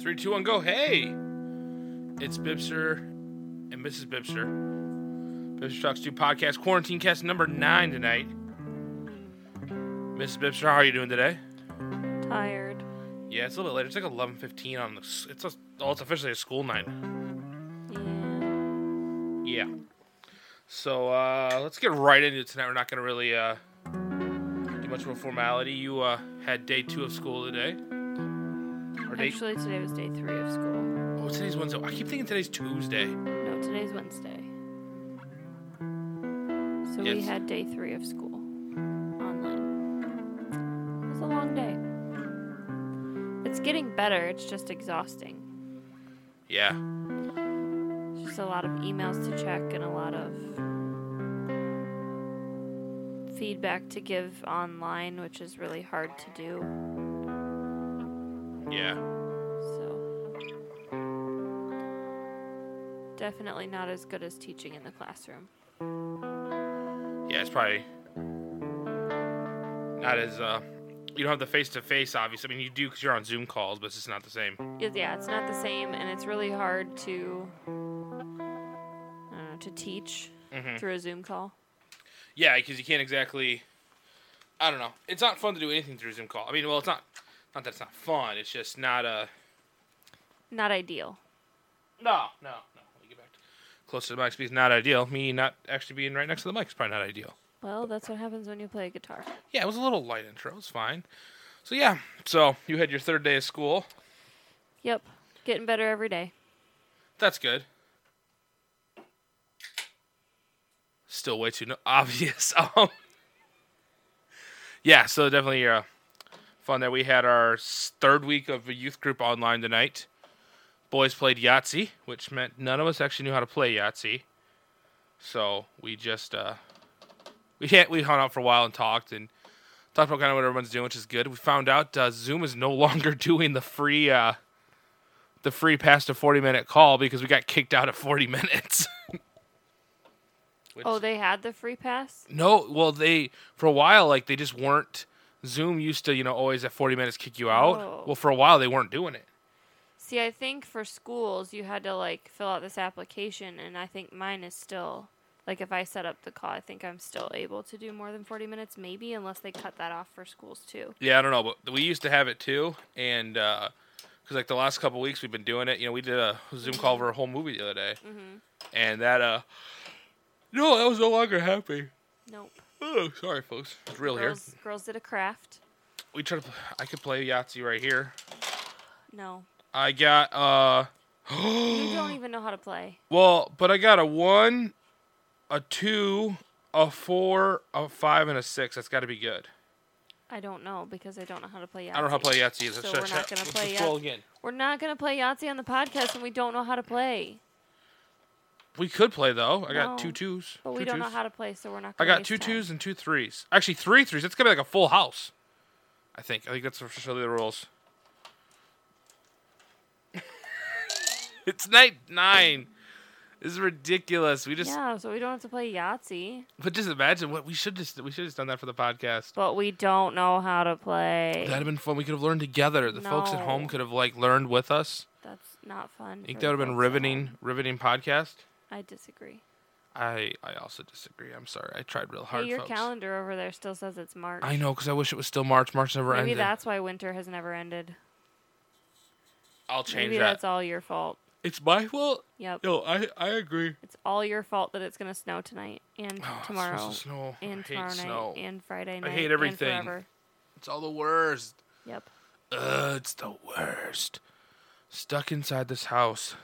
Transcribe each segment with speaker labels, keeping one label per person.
Speaker 1: Three, two, one, go. Hey! It's Bibster and Mrs. Bibster. Bibster Talks 2 podcast, quarantine cast number nine tonight. Mrs. Bibster, how are you doing today?
Speaker 2: Tired.
Speaker 1: Yeah, it's a little late. It's like 11.15 on the... s- It's, a, oh, it's officially a school night.
Speaker 2: Yeah.
Speaker 1: Yeah. So uh, let's get right into it tonight. We're not going to really uh, do much of a formality. You uh, had day two of school today. Or day,
Speaker 2: Actually, today was day three of school.
Speaker 1: oh, today's Wednesday. I keep thinking today's Tuesday.
Speaker 2: No, today's Wednesday. So we
Speaker 1: Yes.
Speaker 2: had day three of school online. It was a long day. It's getting better. It's just exhausting.
Speaker 1: Yeah.
Speaker 2: It's just a lot of emails to check and a lot of feedback to give online, which is really hard to do.
Speaker 1: Yeah.
Speaker 2: So definitely not as good as teaching in the classroom.
Speaker 1: Yeah, it's probably not as uh you don't have the face to face obviously. I mean, you do cuz you're on Zoom calls, but it's just not the same.
Speaker 2: It- yeah, it's not the same, and it's really hard to I don't know, to teach through a Zoom call.
Speaker 1: Yeah, cuz you can't exactly I don't know. It's not fun to do anything through Zoom call. I mean, well, it's not not that it's not fun. It's just not uh, a
Speaker 2: Not ideal.
Speaker 1: No, no, no. Let me get back. To, close to the mic is not ideal. Me not actually being right next to the mic is probably not ideal.
Speaker 2: Well, that's what happens when you play guitar.
Speaker 1: Yeah, it was a little light intro. It was fine. So yeah, so you had your third day of school.
Speaker 2: Yep, getting better every day.
Speaker 1: That's good. Still way too no- obvious. Um, yeah, so definitely uh, fun that we had our s- third week of a youth group online tonight. Boys played Yahtzee, which meant none of us actually knew how to play Yahtzee. So we just uh, we hit, we hung out for a while and talked and talked about kind of what everyone's doing, which is good. We found out uh, Zoom is no longer doing the free. Uh, the free pass to 40 minute call because we got kicked out at 40 minutes. Which-
Speaker 2: Oh, they had the free pass.
Speaker 1: no, well, they, for a while, like, they just weren't. Zoom used to, you know, always at 40 minutes kick you out.
Speaker 2: Oh.
Speaker 1: Well, for a while, they weren't doing it.
Speaker 2: See, I think for schools you had to like fill out this application, and I think mine is still like if I set up the call, I think I'm still able to do more than 40 minutes, maybe unless they cut that off for schools too.
Speaker 1: Yeah, I don't know, but we used to have it too. And, uh 'cause because, like, the last couple weeks we've been doing it, you know, we did a Zoom call over a whole movie the other day. And that, uh, no, that was no longer happening.
Speaker 2: Nope.
Speaker 1: Oh, sorry, folks. It's real here.
Speaker 2: Girls, girls did a craft.
Speaker 1: We tried to, pl- I could play Yahtzee right here.
Speaker 2: No,
Speaker 1: I got, uh,
Speaker 2: you don't even know how to play.
Speaker 1: Well, but I got a one, a two, a four, a five, and a six. That's got to be good.
Speaker 2: I don't know because I don't know how to play Yahtzee.
Speaker 1: I don't know how to play Yahtzee. Either.
Speaker 2: So we're not gonna
Speaker 1: let's
Speaker 2: play
Speaker 1: just roll
Speaker 2: Yahtzee.
Speaker 1: again.
Speaker 2: We're not gonna play Yahtzee on the podcast when we don't know how to play.
Speaker 1: We could play though. I got
Speaker 2: No,
Speaker 1: two twos.
Speaker 2: But
Speaker 1: two
Speaker 2: we don't know
Speaker 1: twos.
Speaker 2: how to play, so we're not.
Speaker 1: I
Speaker 2: Gonna
Speaker 1: got
Speaker 2: waste
Speaker 1: two
Speaker 2: time.
Speaker 1: twos and two threes. Actually, three threes. That's gonna be like a full house. I think. I think that's officially the rules. it's night nine. This is ridiculous. We just,
Speaker 2: Yeah, so we don't have to play Yahtzee.
Speaker 1: but just imagine what we should just we should have just done that for the podcast.
Speaker 2: But we don't know how to play.
Speaker 1: That'd have been fun. We could have learned together. The folks at home
Speaker 2: No.
Speaker 1: could have like learned with us.
Speaker 2: That's not fun.
Speaker 1: I think
Speaker 2: for
Speaker 1: that would have been
Speaker 2: folks at
Speaker 1: riveting,
Speaker 2: home.
Speaker 1: riveting podcast.
Speaker 2: I disagree.
Speaker 1: I I also disagree. I'm sorry. I tried real hard.
Speaker 2: Hey, your
Speaker 1: folks.
Speaker 2: calendar over there still says it's March.
Speaker 1: I know because I wish it was still March. March never
Speaker 2: Maybe
Speaker 1: ended.
Speaker 2: that's why winter has never ended.
Speaker 1: I'll change
Speaker 2: Maybe
Speaker 1: that.
Speaker 2: that's all your fault.
Speaker 1: It's my fault.
Speaker 2: Yep.
Speaker 1: No, I I agree.
Speaker 2: It's all your fault that it's gonna snow tonight and
Speaker 1: Oh, It's
Speaker 2: tomorrow
Speaker 1: supposed to snow.
Speaker 2: and
Speaker 1: I hate
Speaker 2: tomorrow night
Speaker 1: snow.
Speaker 2: and Friday night.
Speaker 1: hate
Speaker 2: and
Speaker 1: everything.
Speaker 2: forever.
Speaker 1: It's all the worst.
Speaker 2: Yep.
Speaker 1: Ugh, it's the worst. Stuck inside this house.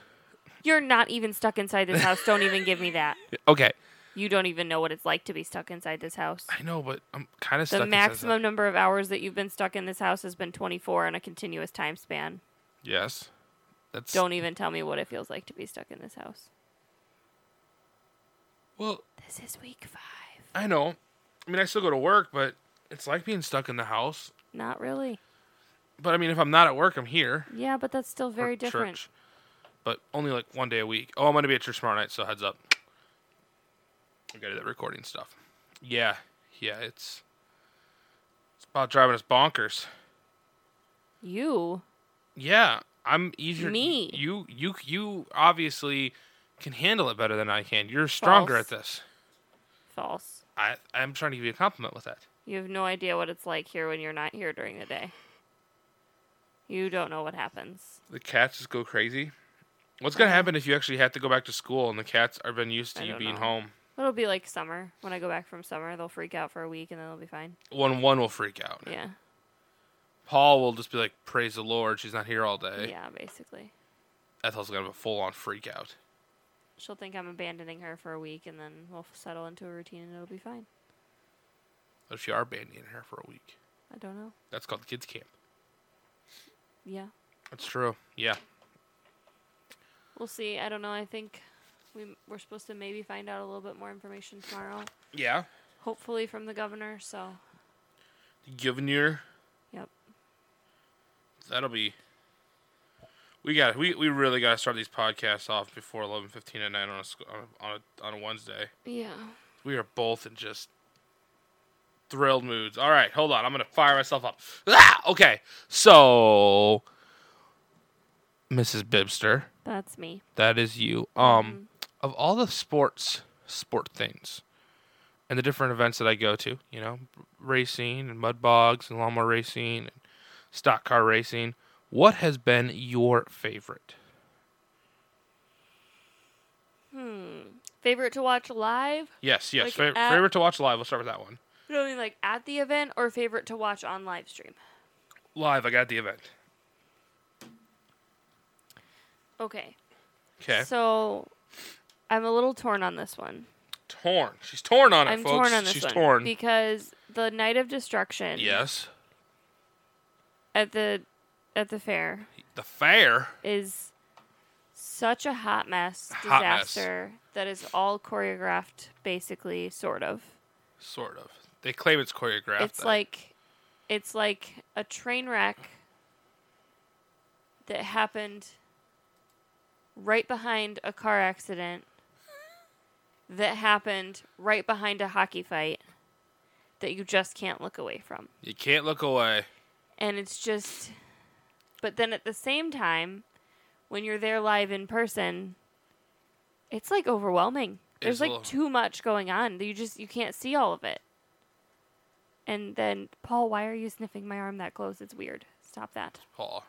Speaker 2: You're not even stuck inside this house. Don't even give me that.
Speaker 1: Okay,
Speaker 2: You don't even know what it's like to be stuck inside this house.
Speaker 1: I know, but I'm kind of
Speaker 2: The
Speaker 1: stuck. inside this
Speaker 2: maximum number of hours that you've been stuck in this house has been 24 on a continuous time span.
Speaker 1: house. Yes. That's
Speaker 2: Don't even tell me what it feels like to be stuck in this house.
Speaker 1: well.
Speaker 2: This is week five.
Speaker 1: I know. I mean, I still go to work, but it's like being stuck in the house.
Speaker 2: Not really.
Speaker 1: But I mean, if I'm not at work, I'm here.
Speaker 2: Yeah, but that's still
Speaker 1: or
Speaker 2: very different.
Speaker 1: Church, but only like one day a week. Oh, I'm going to be at church tomorrow night, so heads up. We got to do that recording stuff. Yeah. Yeah, it's it's about driving us bonkers.
Speaker 2: You?
Speaker 1: Yeah. I'm easier.
Speaker 2: Me.
Speaker 1: You you you obviously can handle it better than I can. You're stronger
Speaker 2: False.
Speaker 1: at this.
Speaker 2: False.
Speaker 1: I I'm trying to give you a compliment with that.
Speaker 2: You have no idea what it's like here when you're not here during the day. You don't know what happens.
Speaker 1: The cats just go crazy. What's gonna happen if you actually have to go back to school and the cats are been used
Speaker 2: I
Speaker 1: to you
Speaker 2: don't
Speaker 1: being
Speaker 2: know.
Speaker 1: home?
Speaker 2: It'll be like summer. When I go back from summer, they'll freak out for a week and then they'll be fine.
Speaker 1: One one will freak out.
Speaker 2: Yeah.
Speaker 1: Paul will just be like, "Praise the Lord, she's not here all day."
Speaker 2: Yeah, basically.
Speaker 1: Ethel's gonna have a full on freak out.
Speaker 2: She'll think I'm abandoning her for a week and then we'll settle into a routine and it'll be fine.
Speaker 1: What if you are bandying her for a week?
Speaker 2: I don't know.
Speaker 1: That's called kids camp.
Speaker 2: Yeah.
Speaker 1: That's true. Yeah.
Speaker 2: We'll see. I don't know. I think we, we're supposed to maybe find out a little bit more information tomorrow,
Speaker 1: Yeah.
Speaker 2: hopefully from the governor. So,
Speaker 1: Governor.
Speaker 2: Yep.
Speaker 1: That'll be. We got we we really got to start these podcasts off before eleven fifteen at night on a sc- on a, on a, on a Wednesday.
Speaker 2: yeah.
Speaker 1: We are both in just thrilled moods. All right, hold on. I'm gonna fire myself up. Ah, okay. So, Mrs. Bibster,
Speaker 2: That's me.
Speaker 1: that is you.
Speaker 2: Mm-hmm.
Speaker 1: Um, of all the sports sport things, and the different events that I go to, you know, racing and mud bogs and lawnmower racing and stock car racing. What has been your favorite?
Speaker 2: Hmm. Favorite to watch live?
Speaker 1: Yes, yes.
Speaker 2: Like
Speaker 1: fav-
Speaker 2: at-
Speaker 1: favorite to watch live. We'll start with that one.
Speaker 2: You know what I mean? Like at the event or favorite to watch on live stream?
Speaker 1: Live, I got the event.
Speaker 2: Okay.
Speaker 1: Okay.
Speaker 2: So I'm a little torn on this one.
Speaker 1: torn. She's torn on it,
Speaker 2: I'm
Speaker 1: folks.
Speaker 2: torn on this
Speaker 1: She's
Speaker 2: one.
Speaker 1: torn.
Speaker 2: Because the night of destruction
Speaker 1: yes.
Speaker 2: at the at the fair
Speaker 1: The fair.
Speaker 2: is such a hot mess
Speaker 1: Hot mess.
Speaker 2: disaster that is all choreographed basically, sort of.
Speaker 1: Sort of. They claim it's choreographed.
Speaker 2: it's like it's like a train wreck that happened right behind a car accident that happened right behind a hockey fight that you just can't look away from
Speaker 1: you can't look away.
Speaker 2: and it's just but then at the same time when you're there live in person it's like overwhelming there's
Speaker 1: It's a
Speaker 2: like
Speaker 1: little-
Speaker 2: too much going on that you just you can't see all of it and then paul why are you sniffing my arm that close it's weird stop that
Speaker 1: Paul.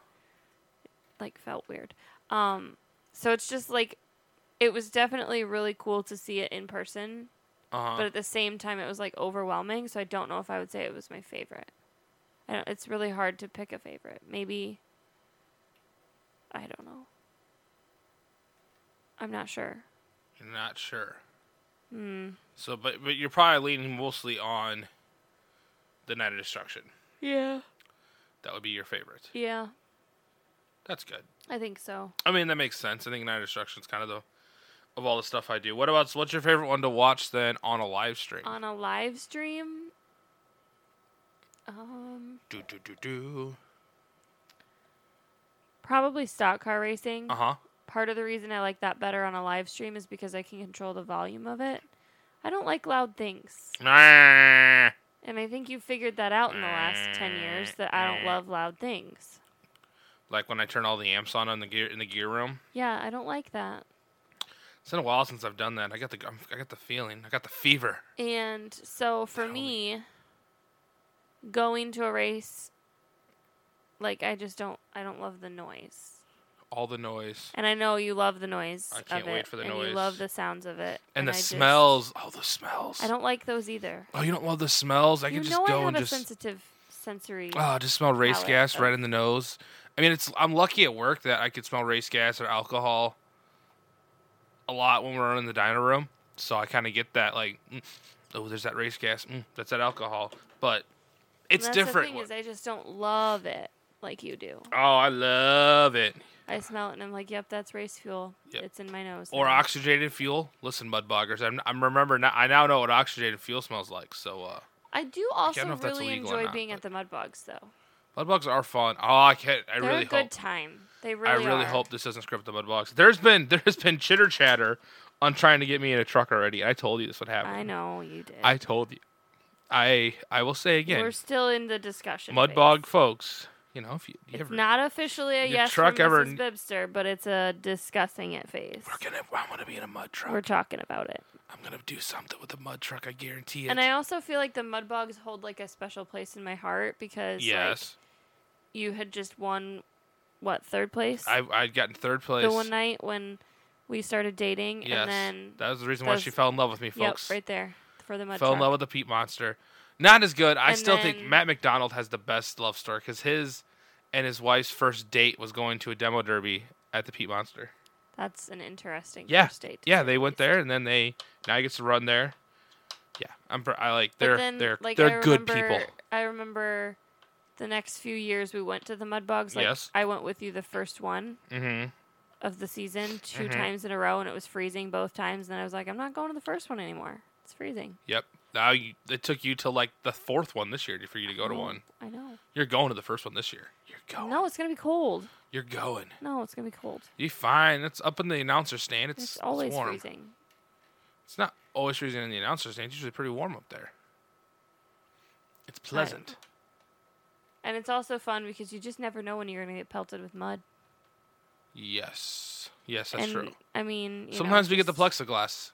Speaker 2: like felt weird um so it's just like it was definitely really cool to see it in person
Speaker 1: Uh
Speaker 2: but
Speaker 1: huh.
Speaker 2: at the same time it was like overwhelming so i don't know if i would say it was my favorite I don't, it's really hard to pick a favorite maybe i don't know i'm not sure
Speaker 1: You're not sure.
Speaker 2: hmm
Speaker 1: So, but but you're probably leaning mostly on the Night of Destruction.
Speaker 2: yeah
Speaker 1: That would be your favorite.
Speaker 2: yeah
Speaker 1: That's good.
Speaker 2: i think so
Speaker 1: I mean, that makes sense. I think Night of Destruction is kind of the of all the stuff I do. What about what's your favorite one to watch then on a live stream?
Speaker 2: on a live stream um
Speaker 1: Do do do do.
Speaker 2: probably stock car racing
Speaker 1: Uh huh.
Speaker 2: part of the reason i like that better on a live stream is because i can control the volume of it i don't like loud things And I think you figured that out in the last 10 years
Speaker 1: Mm,
Speaker 2: that I don't love loud things.
Speaker 1: Like when I turn all the amps on in the gear in the gear room.
Speaker 2: Yeah, I don't like that.
Speaker 1: It's been a while since I've done that. I got the I'm- I got the feeling. I got the fever.
Speaker 2: And so for
Speaker 1: Totally.
Speaker 2: me, going to a race, like, I just don't, I don't love the noise. All
Speaker 1: All the noise
Speaker 2: And I know you love the noise.
Speaker 1: I can't
Speaker 2: of it,
Speaker 1: wait for the
Speaker 2: and
Speaker 1: noise.
Speaker 2: You love the sounds of it.
Speaker 1: and the
Speaker 2: I just-
Speaker 1: smells. oh, the smells.
Speaker 2: I don't like those either.
Speaker 1: oh, you don't love the smells. I
Speaker 2: you
Speaker 1: could
Speaker 2: know
Speaker 1: just
Speaker 2: I
Speaker 1: go
Speaker 2: have
Speaker 1: and
Speaker 2: a
Speaker 1: just
Speaker 2: sensitive sensory.
Speaker 1: oh, just smell race
Speaker 2: palate
Speaker 1: gas right
Speaker 2: of-
Speaker 1: in the nose. I mean, it's I'm lucky at work that I could smell race gas or alcohol a lot when we're in the diner room. So I kind of get that like, mm, oh, there's that race gas. Mm, that's that alcohol, but it's
Speaker 2: That's
Speaker 1: different.
Speaker 2: The thing
Speaker 1: when-
Speaker 2: is, I just don't love it like you do.
Speaker 1: oh, I love it.
Speaker 2: I smell it and I'm like, yep, that's race fuel.
Speaker 1: Yep.
Speaker 2: It's in my nose.
Speaker 1: or
Speaker 2: now."
Speaker 1: oxygenated fuel. Listen, mud boggers, I'm, I'm remember now. I now know what oxygenated fuel smells like. So uh,
Speaker 2: I do
Speaker 1: I don't know
Speaker 2: also
Speaker 1: if that's
Speaker 2: really
Speaker 1: illegal or
Speaker 2: enjoy
Speaker 1: not,
Speaker 2: being
Speaker 1: but-
Speaker 2: at the mud bogs though.
Speaker 1: mud bugs are fun. Oh, I can't. I
Speaker 2: They're
Speaker 1: really
Speaker 2: a good
Speaker 1: hope.
Speaker 2: time. They really
Speaker 1: I really
Speaker 2: are.
Speaker 1: hope this doesn't script the mud bogs. There's been there's been chitter chatter on trying to get me in a truck already. I told you this would happen.
Speaker 2: I know you did.
Speaker 1: I told you. I I will say again,
Speaker 2: We're still in the discussion.
Speaker 1: mud
Speaker 2: phase.
Speaker 1: bog folks. You know, if you, you
Speaker 2: It's
Speaker 1: ever
Speaker 2: not officially a
Speaker 1: your
Speaker 2: yes
Speaker 1: truck
Speaker 2: from
Speaker 1: ever-
Speaker 2: Mrs. Bibster, but it's a discussing it phase.
Speaker 1: we're gonna, I'm gonna be in a mud truck.
Speaker 2: We're talking about it.
Speaker 1: I'm gonna do something with a mud truck. I guarantee it.
Speaker 2: And I also feel like the mud bugs hold like a special place in my heart because like,
Speaker 1: yes,
Speaker 2: you had just won what third place
Speaker 1: I I'd gotten third place.
Speaker 2: the one night when we started dating,
Speaker 1: yes,
Speaker 2: and then
Speaker 1: that was the reason why she
Speaker 2: those-
Speaker 1: fell in love with me,
Speaker 2: yep,
Speaker 1: folks.
Speaker 2: right there for the mud.
Speaker 1: fell in
Speaker 2: truck.
Speaker 1: love with the Pete Monster. Not as good. I
Speaker 2: And
Speaker 1: still think
Speaker 2: then-
Speaker 1: Matt McDonald has the best love story because his and his wife's first date was going to a demo derby at the Pete Monster.
Speaker 2: That's an interesting
Speaker 1: Yeah,
Speaker 2: first date. to
Speaker 1: yeah,
Speaker 2: say
Speaker 1: they
Speaker 2: the
Speaker 1: went
Speaker 2: least.
Speaker 1: there and then they now he gets to run there. Yeah, I'm. pr- I like they're
Speaker 2: but then,
Speaker 1: they're
Speaker 2: like,
Speaker 1: they're
Speaker 2: I
Speaker 1: good
Speaker 2: remember,
Speaker 1: people.
Speaker 2: I remember the next few years we went to the mud bugs. Like
Speaker 1: Yes.
Speaker 2: I went with you the first one
Speaker 1: Mm-hmm.
Speaker 2: of the season 2
Speaker 1: Mhm.
Speaker 2: times in a row, and it was freezing both times. And then I was like, I'm not going to the first one anymore. It's freezing.
Speaker 1: Yep. Now you, it took you to like the fourth one this year for you to go to
Speaker 2: No,
Speaker 1: one.
Speaker 2: I know.
Speaker 1: You're going to the first one this year. You're going.
Speaker 2: No, it's gonna be cold.
Speaker 1: You're going.
Speaker 2: No, it's gonna be cold.
Speaker 1: You fine. It's up in the announcer stand. It's,
Speaker 2: It's, always
Speaker 1: warm.
Speaker 2: freezing.
Speaker 1: It's not always freezing in the announcer stand. It's usually pretty warm up there. It's pleasant.
Speaker 2: And it's also fun because you just never know when you're gonna get pelted with mud.
Speaker 1: Yes. Yes, that's
Speaker 2: and,
Speaker 1: true.
Speaker 2: I mean, you know,
Speaker 1: Sometimes we get the
Speaker 2: just-
Speaker 1: plexiglass.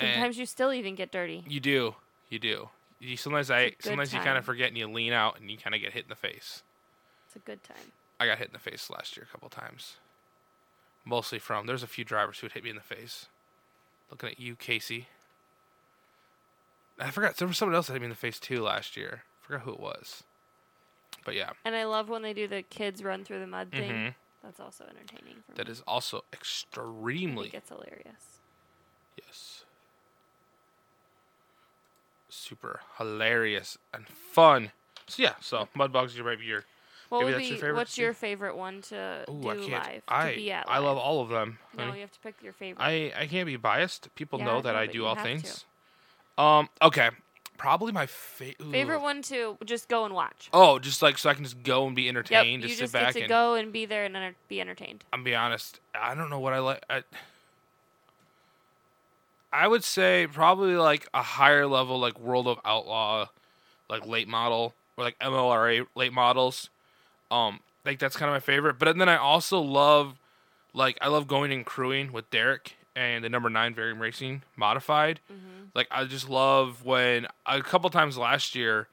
Speaker 1: and-
Speaker 2: Sometimes you still even get dirty.
Speaker 1: You do. You do. You, sometimes I
Speaker 2: good
Speaker 1: sometimes you kind
Speaker 2: time.
Speaker 1: of forget and you lean out and you kind of get hit in the face.
Speaker 2: It's a good time.
Speaker 1: I got hit in the face last year a couple times. Mostly from there's a few drivers who would hit me in the face. Looking at you, Casey. I forgot there was someone else that hit me in the face too last year. forgot who it was. But yeah,
Speaker 2: And I love when they do the kids run through the mud thing.
Speaker 1: Mhm.
Speaker 2: That's also entertaining. For
Speaker 1: that
Speaker 2: me.
Speaker 1: is also
Speaker 2: I
Speaker 1: extremely
Speaker 2: think it's hilarious.
Speaker 1: Yes. Super hilarious and fun. So yeah, so Mudbugs, you might be your.
Speaker 2: What
Speaker 1: Maybe
Speaker 2: would
Speaker 1: that's
Speaker 2: be?
Speaker 1: your favorite,
Speaker 2: what's
Speaker 1: Steve?
Speaker 2: your favorite one to
Speaker 1: Ooh,
Speaker 2: do
Speaker 1: I can't.
Speaker 2: live?
Speaker 1: I
Speaker 2: to be at
Speaker 1: I
Speaker 2: live?
Speaker 1: love all of them.
Speaker 2: No,
Speaker 1: honey.
Speaker 2: you have to pick your favorite.
Speaker 1: I I can't be biased. People
Speaker 2: Yeah, I
Speaker 1: know that
Speaker 2: know,
Speaker 1: I
Speaker 2: but
Speaker 1: do
Speaker 2: you
Speaker 1: all
Speaker 2: have to.
Speaker 1: things. Um. Okay. Probably my fa- ooh.
Speaker 2: favorite one to just go and watch.
Speaker 1: Oh, just like so I can just go and be
Speaker 2: Yep,
Speaker 1: entertained.
Speaker 2: you
Speaker 1: just
Speaker 2: just
Speaker 1: sit
Speaker 2: get
Speaker 1: back
Speaker 2: to
Speaker 1: and
Speaker 2: go and be there and enter- be entertained.
Speaker 1: I'm be honest. I don't know what I like. I, I would say probably like a higher level, like World of Outlaw, like late model or like MLRA late models. Um, like that's kind of my favorite. But then I also love, like, I love going and crewing with Derek and the number nine Varium Racing modified. Like I just love when a couple times last year,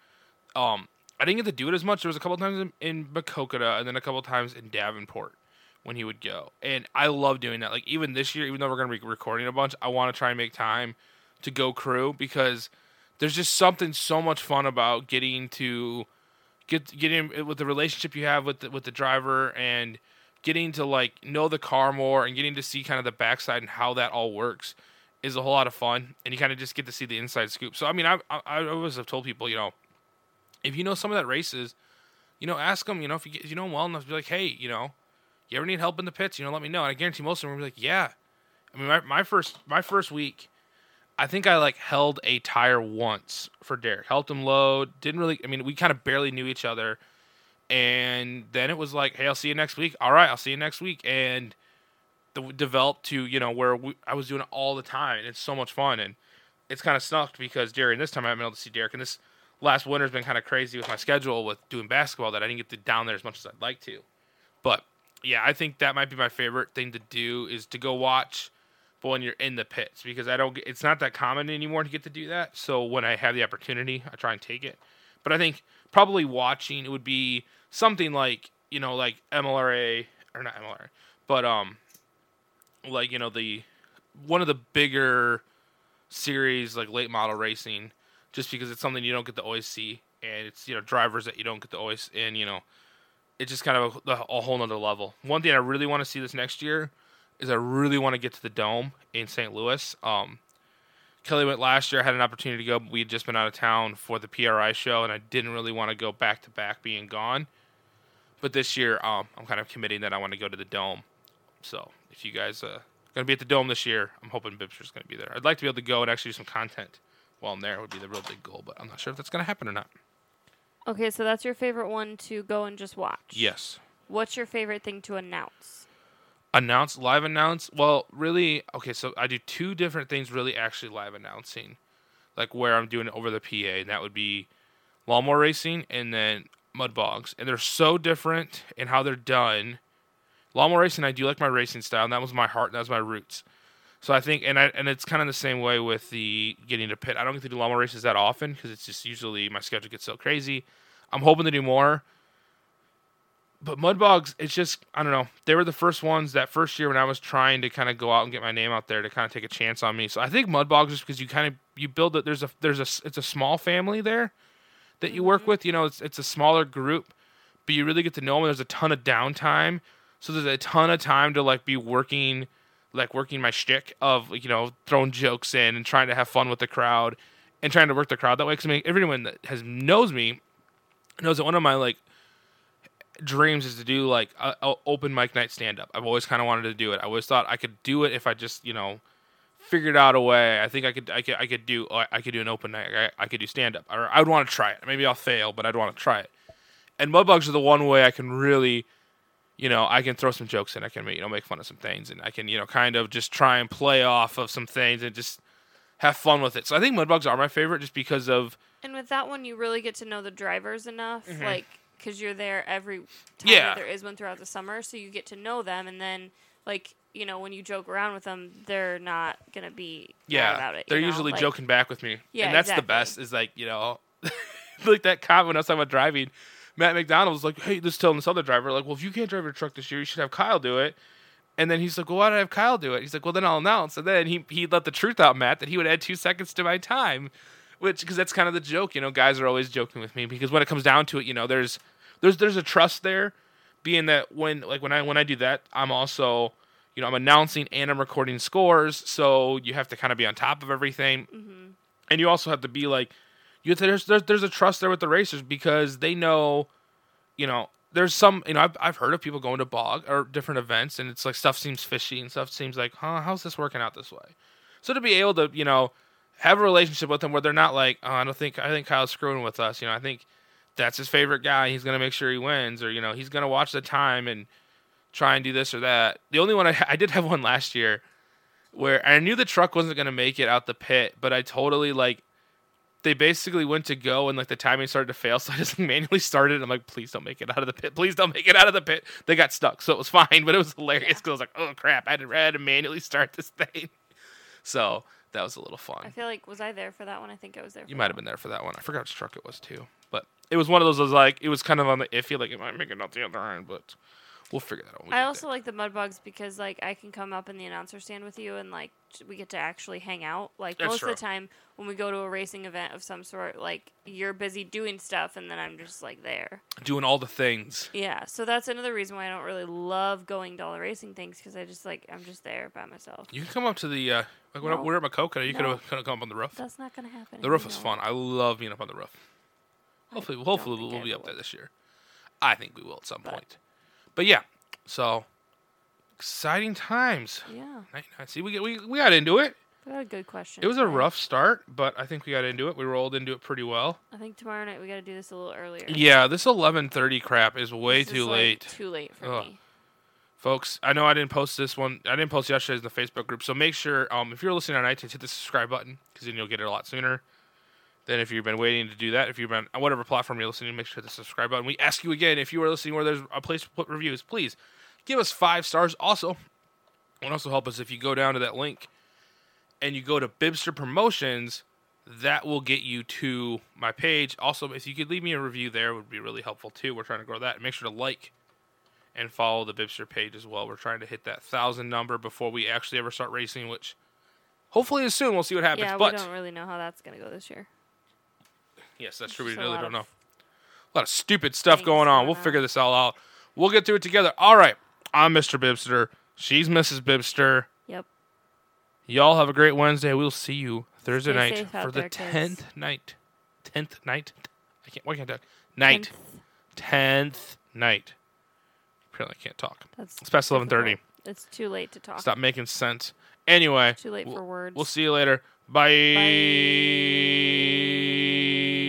Speaker 1: um, I didn't get to do it as much. There was a couple times in, in Makokata and then a couple times in Davenport when he would go, and I love doing that. Like even this year, even though we're gonna be recording a bunch, I want to try and make time to go crew because there's just something so much fun about getting to get getting with the relationship you have with the, with the driver and getting to like know the car more and getting to see kind of the backside and how that all works is a whole lot of fun and you kind of just get to see the inside scoop so i mean i i, I always have told people you know if you know someone that races you know ask them you know if you, get- if you know them well enough be like hey you know you ever need help in the pits you know let me know and i guarantee most of them will be like yeah i mean my, my first my first week I think I like held a tire once for Derek. Helped him load. Didn't really. I mean, we kind of barely knew each other. And then it was like, hey, I'll see you next week. All right, I'll see you next week. And the, developed to you know where we, I was doing it all the time, and it's so much fun. And it's kind of snuck because during this time I haven't been able to see Derek. And this last winter's been kind of crazy with my schedule with doing basketball that I didn't get to down there as much as I'd like to. But yeah, I think that might be my favorite thing to do is to go watch but when you're in the pits because I don't get- it's not that common anymore to get to do that. So when I have the opportunity, I try and take it. But I think probably watching it would be something like, you know, like MLRA or not MLRA, but um like, you know, the one of the bigger series like late model racing just because it's something you don't get to always see and it's, you know, drivers that you don't get to always and, you know, it's just kind of a, a whole nother level. One thing I really want to see this next year is I really want to get to the dome in St. Louis. Um, Kelly went last year. I had an opportunity to go. But we had just been out of town for the PRI show, and I didn't really want to go back to back being gone. But this year, um, I'm kind of committing that I want to go to the dome. So if you guys uh, are going to be at the dome this year, I'm hoping Bibster's going to be there. I'd like to be able to go and actually do some content while I'm there. Would be the real big goal, but I'm not sure if that's going to happen or not.
Speaker 2: Okay, so that's your favorite one to go and just watch.
Speaker 1: Yes.
Speaker 2: What's your favorite thing to announce?
Speaker 1: announce live announce well really okay so i do two different things really actually live announcing like where i'm doing it over the pa and that would be lawnmower racing and then mud bogs, and they're so different in how they're done. Lawnmower racing, I do like my racing style, and that was my heart, and that was my roots. So I think, and I, and it's kind of the same way with the getting to pit. I don't get to do lawnmower races that often because it's just usually my schedule gets so crazy. I'm hoping to do more. But mud bogs, it's just I don't know. They were the first ones that first year when I was trying to kind of go out and get my name out there to kind of take a chance on me. So I think mud bogs just because you kind of you build it. There's a there's a it's a small family there that you work with. You know, it's it's a smaller group, but you really get to know them. There's a ton of downtime, so there's a ton of time to like be working, like working my shtick of like, you know throwing jokes in and trying to have fun with the crowd, and trying to work the crowd that way. Because I mean, everyone that has knows me knows that one of my like dreams is to do like a, a open mic night stand up. I've always kind of wanted to do it. I always thought I could do it if I just you know figured out a way. I think I could I could I could do I I could do an open night. I, I could do stand up. Or I would want to try it. Maybe I'll fail, but I'd want to try it. And mudbugs are the one way I can really, you know, I can throw some jokes in. I can make you know make fun of some things, and I can you know kind of just try and play off of some things and just have fun with it. So I think mudbugs are my favorite just because of
Speaker 2: And with that one, you really get to know the drivers enough, like like because you're there every time
Speaker 1: Mm-hmm. Yeah.
Speaker 2: that there is one throughout the summer, so you get to know them, and then like you know when you joke around with them, they're not gonna be mad
Speaker 1: yeah
Speaker 2: about it. you
Speaker 1: they're
Speaker 2: know?
Speaker 1: usually
Speaker 2: Like,
Speaker 1: joking back with me.
Speaker 2: Yeah,
Speaker 1: and that's the
Speaker 2: exactly.
Speaker 1: best is like you know like that comment when I was talking about driving. Matt McDonald was like, "Hey, just telling this other driver, like, well, if you can't drive your truck this year, you should have Kyle do it." And then he's like, "Well, why did I have Kyle do it?" He's like, "Well, then I'll announce." And then he he let the truth out, Matt, that he would add two seconds to my time, which because that's kind of the joke, you know. Guys are always joking with me because when it comes down to it, you know, there's there's there's a trust there, being that when like when I when I do that, I'm also you know I'm announcing and I'm recording scores, so you have to kind of be on top of everything, and you also have to be like you there's, there's there's a trust there with the racers because they know, you know, there's some you know I've I've heard of people going to bog or different events and it's like stuff seems fishy and stuff seems like huh how's this working out this way, so to be able to you know have a relationship with them where they're not like oh I don't think I think Kyle's screwing with us you know I think that's his favorite guy he's gonna make sure he wins or you know he's gonna watch the time and try and do this or that the only one I I did have one last year where I knew the truck wasn't gonna make it out the pit but I totally like they basically went to go and like the timing started to fail, so I just manually started. And I'm like, please don't make it out of the pit. Please don't make it out of the pit. They got stuck, so it was fine, but it was hilarious because I was like, oh crap, I had, to, I had to manually start this thing. So that was a little
Speaker 2: I
Speaker 1: fun.
Speaker 2: feel like was I there for that one? I think I was there. For
Speaker 1: You
Speaker 2: that
Speaker 1: might have been there for that one. I forgot which truck it was too, but it was one of those. that was like, it was kind of on the iffy, like it might make it out the other end, but we'll figure that out. when we
Speaker 2: I
Speaker 1: get
Speaker 2: also like the mud bugs because like I can come up in the announcer stand with you and like j- we get to actually hang out. Like
Speaker 1: That's
Speaker 2: most
Speaker 1: true.
Speaker 2: of the time when we go to a racing event of some sort, like you're busy doing stuff and then I'm just like there.
Speaker 1: there. doing all the things.
Speaker 2: Yeah, so that's another reason why I don't really love going to all the racing things because I just like I'm just there by myself.
Speaker 1: You can come up to the uh, like when
Speaker 2: No.
Speaker 1: we're at Macoka. You
Speaker 2: No.
Speaker 1: could could have come up on the roof.
Speaker 2: That's not gonna happen.
Speaker 1: The roof
Speaker 2: you
Speaker 1: was
Speaker 2: know.
Speaker 1: fun. I love being up on the roof. Hopefully, hopefully
Speaker 2: think
Speaker 1: we'll
Speaker 2: I
Speaker 1: be up
Speaker 2: will.
Speaker 1: there this year. I think we will at some
Speaker 2: But-
Speaker 1: point. But yeah, so exciting times.
Speaker 2: Yeah,
Speaker 1: Night- night- See, we get we, we got into it.
Speaker 2: we got a good question.
Speaker 1: It was a
Speaker 2: today.
Speaker 1: rough start, but I think we got into it. We rolled into it pretty well.
Speaker 2: I think tomorrow night we got to do this a little earlier.
Speaker 1: Yeah, this eleven thirty crap is way
Speaker 2: This is,
Speaker 1: too
Speaker 2: like,
Speaker 1: late,
Speaker 2: too late for
Speaker 1: Ugh.
Speaker 2: me.
Speaker 1: folks. I know I didn't post this one. I didn't post yesterday's in the Facebook group. So make sure um, if you're listening on iTunes, hit the subscribe button because then you'll get it a lot sooner. Then if you've been waiting to do that, if you've been on whatever platform you're listening, to, make sure to subscribe button. We ask you again if you are listening where there's a place to put reviews, please give us five stars. Also, it would also help us if you go down to that link and you go to Bibster Promotions. That will get you to my page. Also, if you could leave me a review there, it would be really helpful too. We're trying to grow that. And make sure to like and follow the Bibster page as well. We're trying to hit that thousand number before we actually ever start racing, which hopefully is soon. We'll see what happens.
Speaker 2: Yeah,
Speaker 1: but
Speaker 2: we don't really know how that's gonna go this year.
Speaker 1: Yes, that's true. We
Speaker 2: Just a
Speaker 1: really
Speaker 2: lot
Speaker 1: don't know.
Speaker 2: of-
Speaker 1: A lot of stupid stuff
Speaker 2: things
Speaker 1: going on.
Speaker 2: going
Speaker 1: We'll
Speaker 2: on.
Speaker 1: figure this all out. We'll get through it together. All right. I'm Mr. Bibster. She's Mrs. Bibster.
Speaker 2: Yep.
Speaker 1: Y'all have a great Wednesday. We'll see you Thursday
Speaker 2: Stay
Speaker 1: night
Speaker 2: safe out
Speaker 1: for the
Speaker 2: there, kids.
Speaker 1: tenth night. Tenth night. I can't. Why can't I talk? Night. Tenth night. Apparently, I can't talk.
Speaker 2: That's
Speaker 1: It's past eleven thirty.
Speaker 2: difficult. It's too late to talk.
Speaker 1: Stop making sense. Anyway,
Speaker 2: Too late
Speaker 1: we'll-
Speaker 2: for words.
Speaker 1: We'll see you later. Bye.